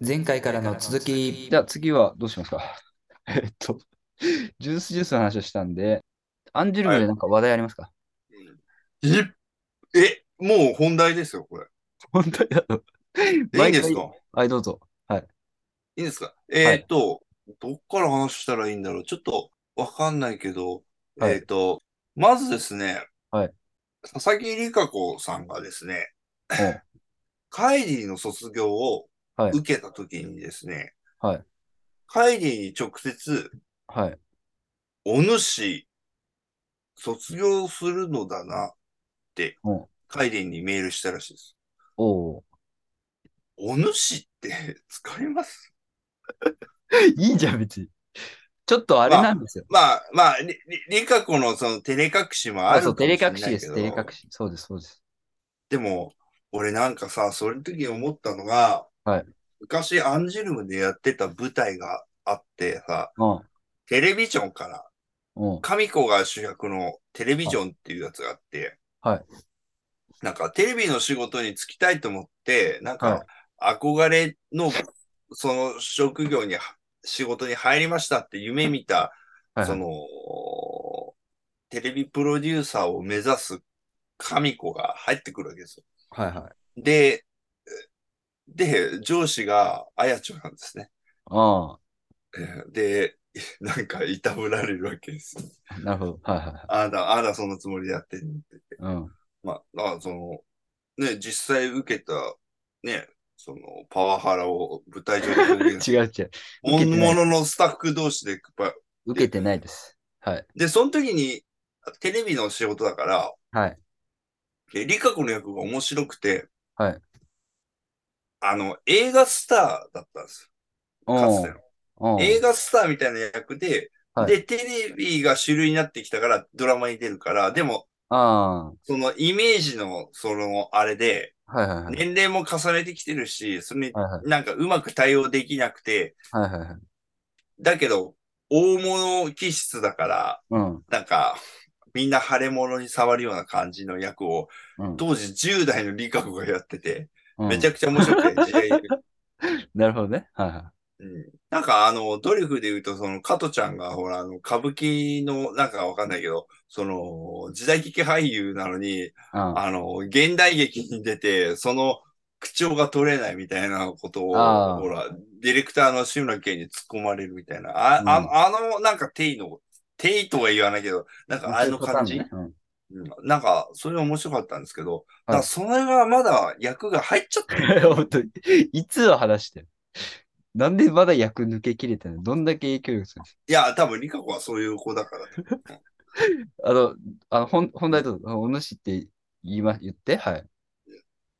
前回からの続き。じゃあ次はどうしますか えっと、ジュースジュースの話をしたんで、アンジュルムでなんか話題あり ますか、いえ、もう本題ですよ、これ。本当だ と。えいいんです毎か回はい、どうぞ。いいんですかえっと、どっから話したらいいんだろうちょっとわかんないけど、はいえっと、まずですね、はい佐々木理香子さんがですねはい、 カイリーの卒業をはい受けた時にですね、はいカイリーに直接、はい。お主、卒業するのだなってうん、カイリーにメールしたらしいです。おおお主って 使いますー。 いいじゃん、別に。ちょっとあれなんですよ。まあまあ、り、り、りかこのその照れ隠しもああ、そるう、か照れも隠しれなしいです、照れけど隠し。そうです、そうです。でも、俺なんかさ、その時思ったのが、はい昔アンジュルムでやってた舞台があってさ、うん。テレビジョンから、うん。神子が主役のテレビジョンっていうやつがあって、はいなんかテレビの仕事に就きたいと思って、なんはか憧れの、その職業に、仕事に入りましたって夢見た、はいそはい。の、テレビプロデューサーを目指す神子が入ってくるわけですよ。はいはい。で、で、上司があやちょなんですね。あえーで、 なんかいたぶられるわけですよ。あ、なるほど。はいはいはい。あだ、あだ、そのつもりでやってるって。うん。まあ、だからその、ね、実際受けた、ね、その、パワハラを舞台上で 表現違う違う。本物のスタッフ同士で、やっぱ受けてないです。はい。で、その時に、テレビの仕事だから、はい。で、リカ子の役が面白くて、はい。あの、映画スターだったんですよ。かつての。うん。うん映画スターみたいな役で、はいで、テレビが主流になってきたから、ドラマに出るから、でも、あそのイメージの、その、あれで、あ。はいはいはい。年齢も重ねてきてるし、それにはいはいなんかうまく対応できなくて、はいはいはい。だけど、大物気質だから、うん。なんか、みんな腫れ物に触るような感じの役を、うん当時10代の理科子がやってて、うん。めちゃくちゃ面 白くて、時代劇なるほどね。はいはい。うんなんかあの、ドリフで言うと、その、加トちゃんが、ほら、あの、歌舞伎の、なんかわかんないけど、その、時代劇俳優なのに、うんあの、現代劇に出て、その、口調が取れないみたいなことを、あーほら、ディレクターの志村けんに突っ込まれるみたいな、あ,、うんああの、なんか、定位の、定位とは言わないけど、なんか、あの感じ、そういうパターンねうんなんか、それは面白かったんですけど、いだからそれがまだ役が入っちゃってうん 本当に。いつは話してるなんでまだ役抜けきれてないどんだけ影響力するんですいや、多分、リカ子はそういう 子だから。あの、あの本本題どうぞ。お主って言いま、言って、はい。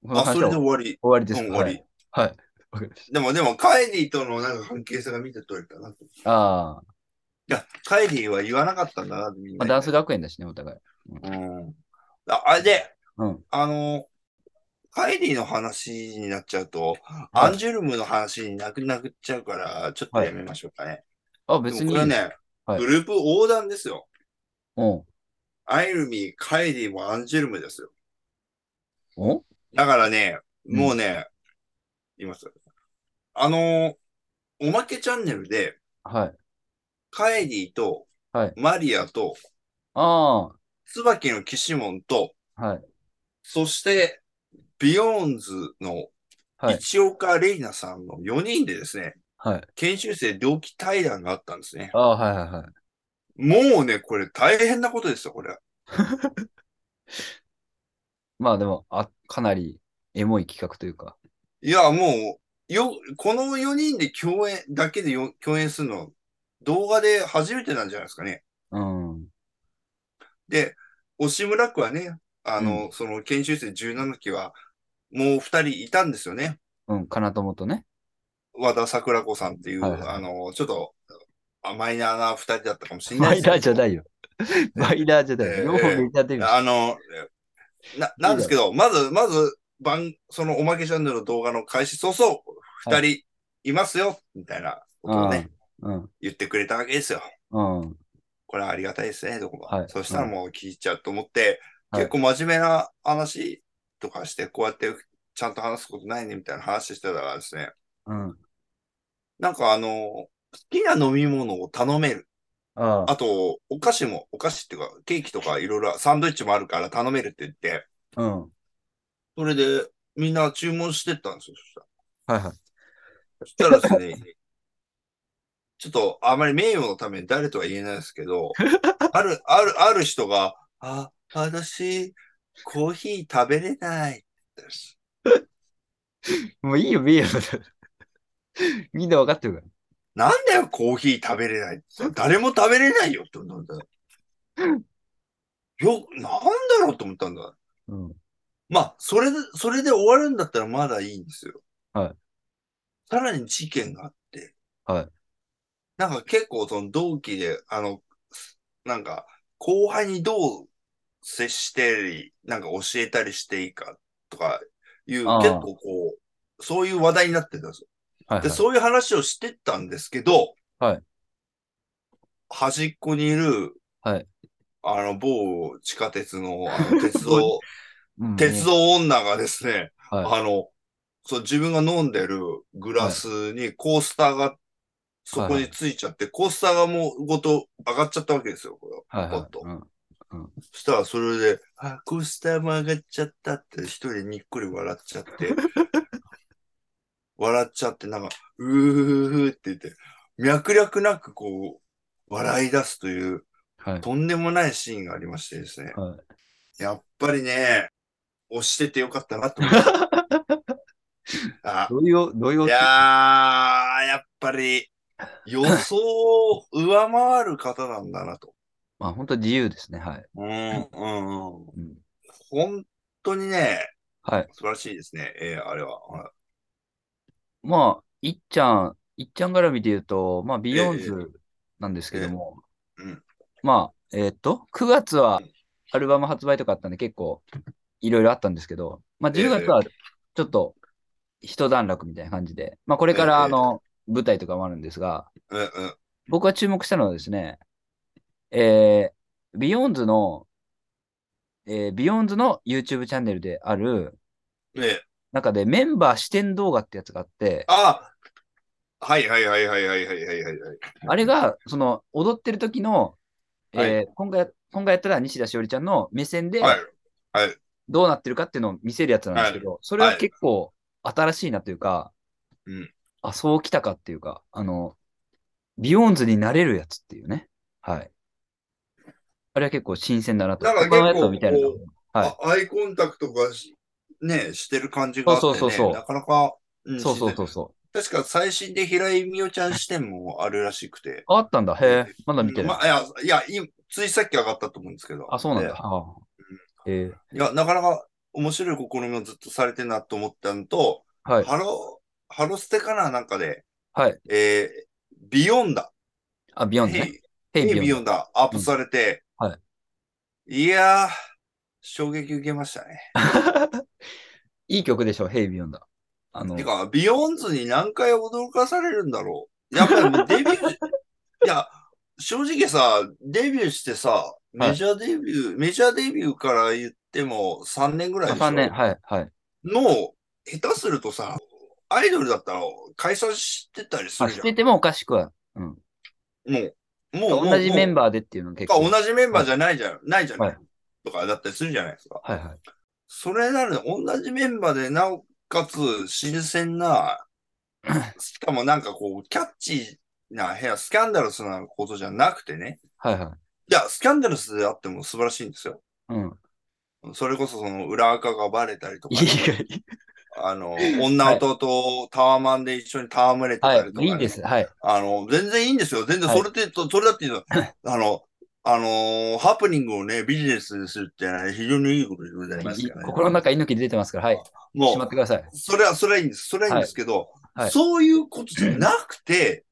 このあ、そ話れはで終終わり。わりでうすん終かわはりい。。はい。わかりましでも、でも、カイリーとのなんか関係性が見て取れたなと。いた。ああ。や、カイリーは言わなかったんだなって、みんまなあ、ダに。ンス学園だしね、お互い。うん。ああれで、うんあの、カイリーの話になっちゃうと、はいアンジュルムの話になくなっちゃうから、ちょっとやめましょうかね。あ、でも別にこれはね、はいグループ横断ですよ。うん。アイルミー、カイリーもアンジュルムですよ。おだからね、うんもうね、言いますよ。あの、おまけチャンネルで、はい。カエリーと、はいマリアと、あ椿の騎士門と、あ。はい。そして、ビヨーンズのはい。一岡玲奈さんの4人でですね、はい。研修生同期対談があったんですね。ああ、はいはいはい。もうね、これ大変なことですよ、これ。まあでも、あ、かなりエモい企画というか。いや、もう、よ、この4人で共演、だけでよ共演するの、動画で初めてなんじゃないですかね。うん。で、押村区はね、あの、その研修生17期は、もう2人いたんですよね。うん、かなともとね。和田桜子さんっていう、はいはいあの、ちょっと、あマイナーな二人だったかもしれなマい。イナーじゃないいよ。マイナーじゃないええよ。両方メジャーデビューしあの、な、なんですけど、まず、まず、番、そのおまけチャンネルの動画の開始早々、は二人いますよ、みたいなことをね、うん。言ってくれたわけですよ。うん。これはありがたいですね、どこも。はいそしたらもう聞いちゃうと思って、はい結構真面目な話とかして、こうやってちゃんと話すことないね、みたいな話してたらですね、うん。なんかあの、好きな飲み物を頼める。ああと、お菓子も、お菓子っていうか、ケーキとかいろいろ、サンドイッチもあるから頼めるって言って、あ、うん。はそれでみんな注文してったんですよ。いはい。そしたらそしたらですね、 ちょっとあまり名誉のために誰とは言えないですけ ど、ある、ある、ある人が、あ、私、コーヒー食べれないって言ったんです。もういいよ、ビール。みんな分かってるから。なんだよ、コーヒー食べれないって。誰も食べれないよって思ったん だ。よ、なんだろうと思ったんだ。うん。まあ、それで、それで終わるんだったらまだいいんですよ。はい。さらに事件があって。はい。なんか結構その同期で、あの、なんか後輩にどう接してり、なんか教えたりしていいかとかいう、結ああ構こう、そういう話題になってたんですよ。はい、はいで、。そういう話をしてったんですけど、はい。端っこにいる、はい。あの、某地下鉄の、あ の鉄道、うん鉄道女がですね、はあの、そう、自分が飲んでるグラスにコースターがそこについちゃって、コースターがもうごと上がっちゃったわけですよ、これはは。いポはッとい。うんそしたらそれで、あ、コースターも上がっちゃったって一人にっこり笑っちゃって、笑っちゃって、なんか、うーふーふーって言って、脈絡なくこう、笑い出すという、はい。とんでもないシーンがありましてですね。はいやっぱりね、押しててよかった なと思って。あ、どういう、どういういやー、やっぱり予想を上回る方なんだなと。まあ、本当自由ですね。はい。うん、うん、うん。うん本当にね、はい。素晴らしいですね。えーあれは。はいまあ、いっちゃん、いっちゃん絡みで言うと、まあ、ビヨーンえズなんですけども、ええうんまあ、えーっと、9月はアルバム発売とかあったんで、結構いろいろあったんですけど、まあ、ええ10月はちょっと一段落みたいな感じで、まあ、これから、ええあの、舞台とかもあるんですが、うん、うん。僕が注目したのはですね、えー、ビヨーンズの、えー、ビヨーンズの YouTube チャンネルであるねえ中でメンバー視点動画ってやつがあって、あはいはいはいはいはいはいはいはい。あれが、その、踊ってる時の、えーは今回、今回やったら西田しおりちゃんの目線で、はい。どうなってるかっていうのを見せるやつなんですけど、それは結構新しいなというか、うんあ、そうきたかっていうか、あの、ビヨーンズになれるやつっていうね。はい。あれは結構新鮮だなと。なんか結構他のやつを見たいなと思うはいあアイコンタクトがし、ね、してる感じがあって、ね、そうそうそうそうなかなか、うんそうそう自そうそう。然確か最新で平井美桜ちゃん視点もあるらしくて。あったんだ。へえ。まだ見てうんない。ま、いや、いや、いついさっき上がったと思うんですけど。あ、そうなんでだ。ああへえいや、なかなか面白い試みをずっとされてるなと思ったのと、はい。ハロー、ハロステかななんかで、はい。えー、ビヨンダ。あ、ビヨーンズヘね。イ、ヘイヘイビビヨヨンンダアップされて、。うんはいやー、衝撃受けましたね。ズ。いい曲でしょ、ヘイビヨンだ。あのて、か、ビヨンズに何回驚かされるんだろう。やっぱり もうデビューし、いや、正直さ、デビューしてさ、メジャーデビュー、メジャーデビューから言っても3年ぐらいでしょ3年。はい、はい。の、下手するとさ、アイドルだったら解散してたりすあ、るじしゃててもおかしくは。うん。ん。もう、もう、もう同じメンババーでっていうのが結か構。同じメンバーじゃないじゃん、ないじゃない、はいとかだったりするじゃないですか。はいはい。それなのに同じメンバーで、なおかつ新 鮮な、しかもなんかこう、キャッチーな、変な、スキャンダルスなことじゃなくてね。はいはい。いや、スキャンダルスであっても素晴らしいんですよ。うん。それこそその裏垢がバレたりとかいいね、いいあの、女弟とタワマンで一緒に戯れてたはりとか、い。ねいいんです。はい。あの、全然いいんですよ。全然、はいそれって、とそれだってい うのは、あの、あのーハプニングをね、ビジネスにするって、ね、非常にいいことでございますいいからね。心の中猪木出てますから、はい。もしまってください。う、それは、それはいいんです。それはいいんですけど、はいはいそういうことじゃなくて、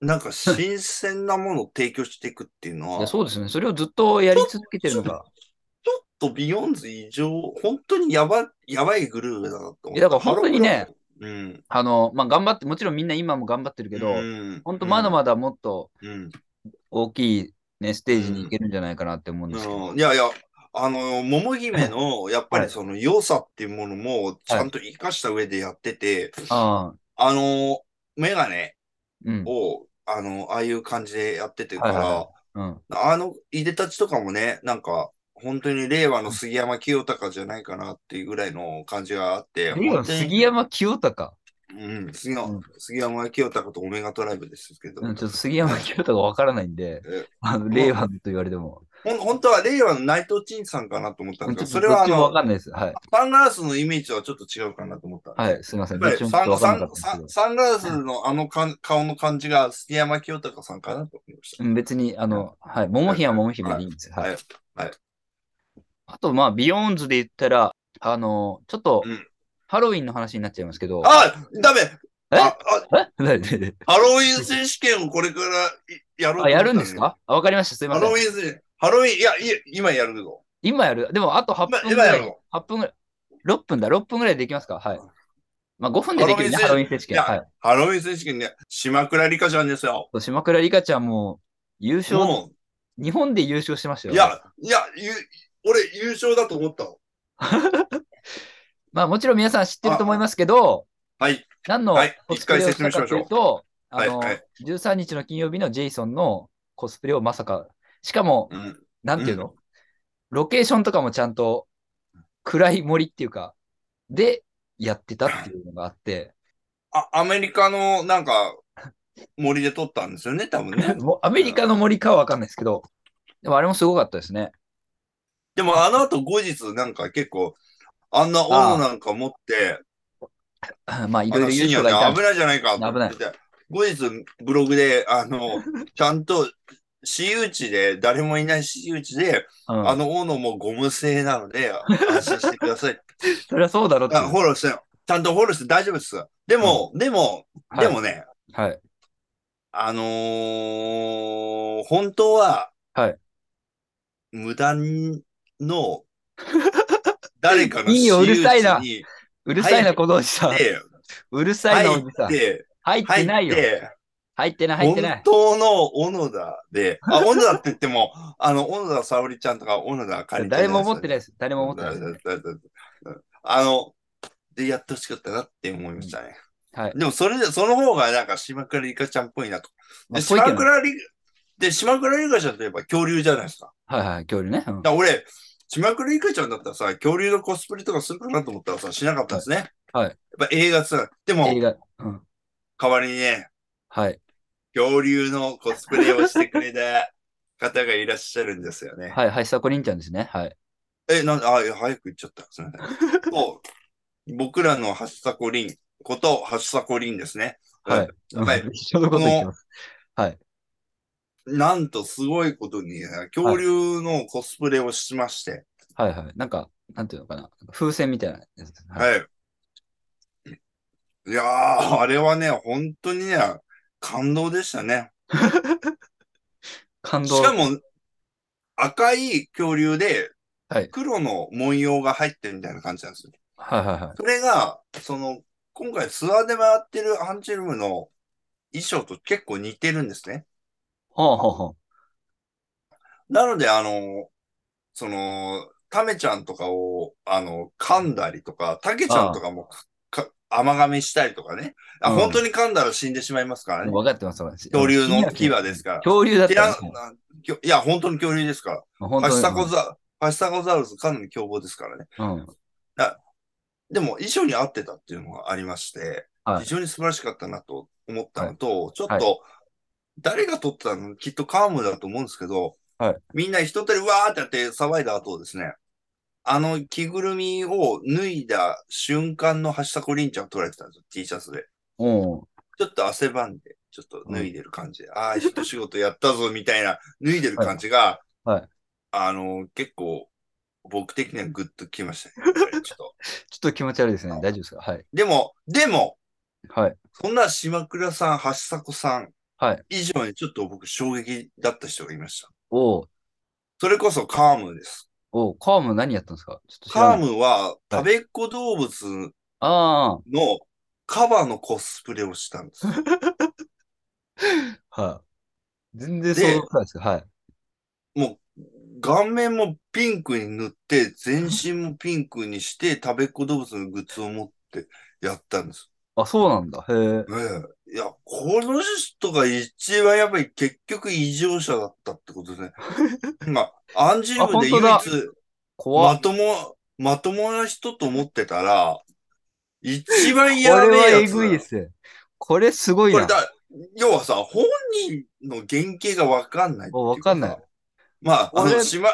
なんか新鮮なものを提供していくっていうのいは、やちょそうですね。それをずっとやり続けてるのが。っとビヨンズ異常、本当にやば、やばいグループだなと思ったいやだから本当にね、ハロークラあの、まあ、頑張って、もちろんみんな今も頑張ってるけブど、うん。本当まだだ。まだもっとうん大きい、ね、ステージに行けるんじゃないかなって思うんですけど。うんいやいや、あの、桃姫の、やっぱはりいその良さっていうものも、ちゃんと生かした上でやってて、ああの、メガネうん。を、あの、ああいう感じでやっててかはいはいら、うん。あの、いでたちとかもね、なんか、本当に令和の杉山清隆じゃないかなっていうぐらいの感じがあって、今、本当に杉山清隆。うん、杉山うん杉山清隆とオメガトライブですけど、うん、ちょっと杉山清隆がわからないんでえ、あの、令和のと言われても。ほん本当は令和の内藤陳さんかなと思ったちんょでっすとけど、それはどっあちもわの、かんないです。はい。サングラスのイメージとはちょっと違うかなと思ったんで。はい、すみませやん。っどぱっりちもちょサっとンわかんサなかっンたんですサけどン。サングラスのあのかん顔の感じが杉山清隆さんかなと思いましうん別に、あの、はい、桃姫は桃姫でいいんですよ。た。は。はいい。あと、まあ、ビヨーンズで言ったら、あの、ちょっとうん、ハロウィンの話になっちゃいますけど、あダメえああえ何何 ハロウィン選手権をこれからやろうと思ったあ、やるんですかあわかりました。すみハませんロウ。ィン選手ハロウィン、いや、いや今やるぞ。今やる。でも、あと8今分ぐ今やらるい。ぞ。 8分ぐらい。6分だ。6分ぐらいでできますかはい。まあ、5分でできるね、ハハロロウウィンィン選選手手権。権はいハロウィン選手権ね、島倉里香ちゃんですよ。そう。島倉里香ちゃんも、優勝、も日本で優勝してましたうよ。いや、いや、ゆ俺優勝だと思ったの。まあもちろん皆さん知ってると思いますけど、はい。何のはいコスプレをしたかというと、一あ回説明しましょうの、はいはい13日の金曜日のジェイソンのコスプレをまさか、しかも、うん。なんていうの、ロケーションとかもちゃんと暗い森っていうか、でやってたっていうのがあって、。あ、アメリカのなんか、森で撮ったんですよね、多分ね もうアメリカの森かはわかんないですけど、でもあれもすごかったですね。 でもあの後後日なんか結構、あんな斧なんか持って、まあいあろいろ言のう深人夜がいたんね、で危ないじゃないかと危思なっいてて、後日ブログで、あの、ちゃんと、私有地で、誰もいない私有地で、うんあの斧もゴム製なので、安心してください。そりゃ そうだろうっていあう。フォローしてよ、ちゃんとフォローして大丈夫です。でも、でも、はいでもね、はい。あのー本当は、はい無断 の、誰かのいいようるさいな私 う有地るさいはないこのおじさん。にでうるさいなお入じさっん。て、入っ入てないっよ。て、入ってない、入ってない本。当の小野田で、あ、小野田って言っても、あの、小野田沙織ちゃんとか小野田かり誰も思ってないいです。誰も思ってないです。あの、で、やってほしかったなって思いましたね。はい。でもそれで、その方がなんか島倉リカちゃんっぽいなと。まあで、ぽいけ島ど倉リで、島倉リカちゃんといえば恐竜じゃないですか。はいはい、恐竜ね。うんだから俺、島倉リカちゃんだったらさ、恐竜のコスプレとかするかなと思ったらさ、しなかったんですね。はいはいやっぱ映画さ、でも映、画。うん。代わりにね、はい。恐竜のコスプレをしてくれた方がいらっしゃるんですよね。はいはい、久子凛ちゃんですね。はい。え、なんで、あ、いや早く言っちゃった。すみません。そう、僕らのハッサコリンこと、ハッサコリンですね。はい。はいうん 一緒のこと言ってます。なんとすごいことに、恐竜のコスプレをしまして、はいはい。なんか、なんていうのかな。風船みたいなやつ。はい。はい。いやー、あれはね、本当にね、感動でしたね。感し動。かも、赤い恐竜ではい、黒の文様が入ってるみたいな感じなんですよ。はいはいはい。それが、その、今回ツアーで回ってるアンチルムの衣装と結構似てるんですね。ほうほうほう。なので、あの、その、タメちゃんとかを、あの、噛んだりとか、タケちゃんとかもか、か甘噛みしたりとかね。あ、うん本当に噛んだら死んでしまいますからね。分かってます、私。恐竜の牙ですから。恐竜だっいやた、ね。きょいや、本当に恐竜ですから。本ハ当シタにコザ、ハシタコザウルスかなり凶暴ですからね。うん。でも、衣装に合ってたっていうのがありまして、はい非常に素晴らしかったなと思ったのと、ちょっと、は誰が撮ったのきっとカームだと思うんですけど、はいみんな一手でわーってやって騒いだ後ですね、あの着ぐるみを脱いだ瞬間のハシタコリンちゃんを撮られてたんですよ、T シャツで。おうちょっと汗ばんで、ちょっと脱いでる感じで、ああ、一仕事やったぞみた いな、脱いでる感じが、はいはいあの、結構、僕的にはグッときましたね。やっぱりちょちっとょっと気持ち悪いですね。大丈夫ですかはい。でも、でも、はい。そんな島倉さん、橋迫さんはい。以上にちょっと僕衝撃だった人がいました。おうそれこそカームです。おうカーム何やったんですかちょっと知らカなーい。ムは、食べっ子動物あのカバのコスプレをした んです。あ。はい。全然想像つかないですけど、はい。もう、顔面もピンクに塗って、全身もピンクにして、食べっ子動物のグッズを持ってやったんです。あ、そうなんだ。へえ。ええ。いや、この人が一番やっぱり結局異常者だったってことで すね。まあ、アンジュルムで唯あ本一当だ怖まっ。とも、まともな人と思ってたら、一こ番やべれはええやつだぐいっす。これすごいこれな。だ、要はさ、本人の原型がわかんないっていうおわかんないさ。まあ、あ俺の、島、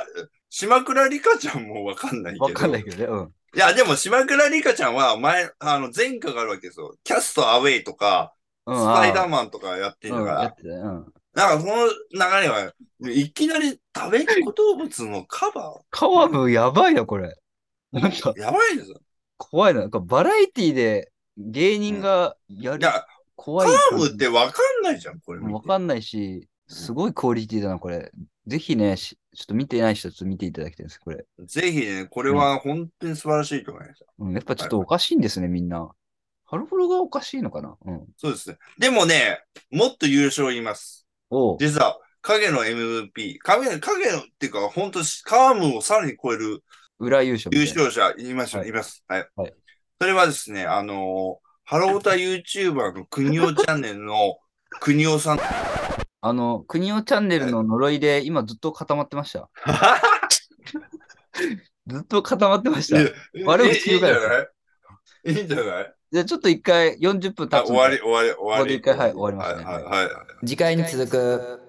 島倉里香ちゃんもわかんないけど。わかんないけどね。うん。いや、でも島倉里香ちゃんは前、あの、前科があるわけですよ。キャストアウェイとか、うん、スパイダーっマンとかやっててるかうん、やらっ、てたねうん。なんかこの流れは、いきなり食べっ子動物のカバカワブやばいな、これ。なんか、ー、やばいですよ。怖いな。なんかバラエティで芸人がやいる、や、怖カい感ーじ。ブってわかんないじゃん、これ見て。わかんないし、すごいクオリティだな、これ。ぜひね、しちょっと見てない人はちょっと見ていただきたいです、これ。ぜひね、これは本当に素晴らしいと思います。うん、やっぱちょっとおかしいんですね、みんな。ハロプロがおかしいのかなうん。そうですね。でもね、もっと優勝言います。おう実は、影の MVP、影の、影のっていうか、本当カームをさらに超える裏優勝み優たいな。勝者いましょう、はいい、ます。はい。はいそれはですね、あのーハロータ YouTuber の国尾チャンネルの国尾さん。あの、国オチャンネルの呪いで、今ずっと固まってました。ずっと固まってました。じ 悪口言うからいいいんじゃないいいんじゃないゃあちょっと一回40分経つあんで終わり、終わり、終わここでり。一回はい終わりましたねはい、はいはい。次回に続く。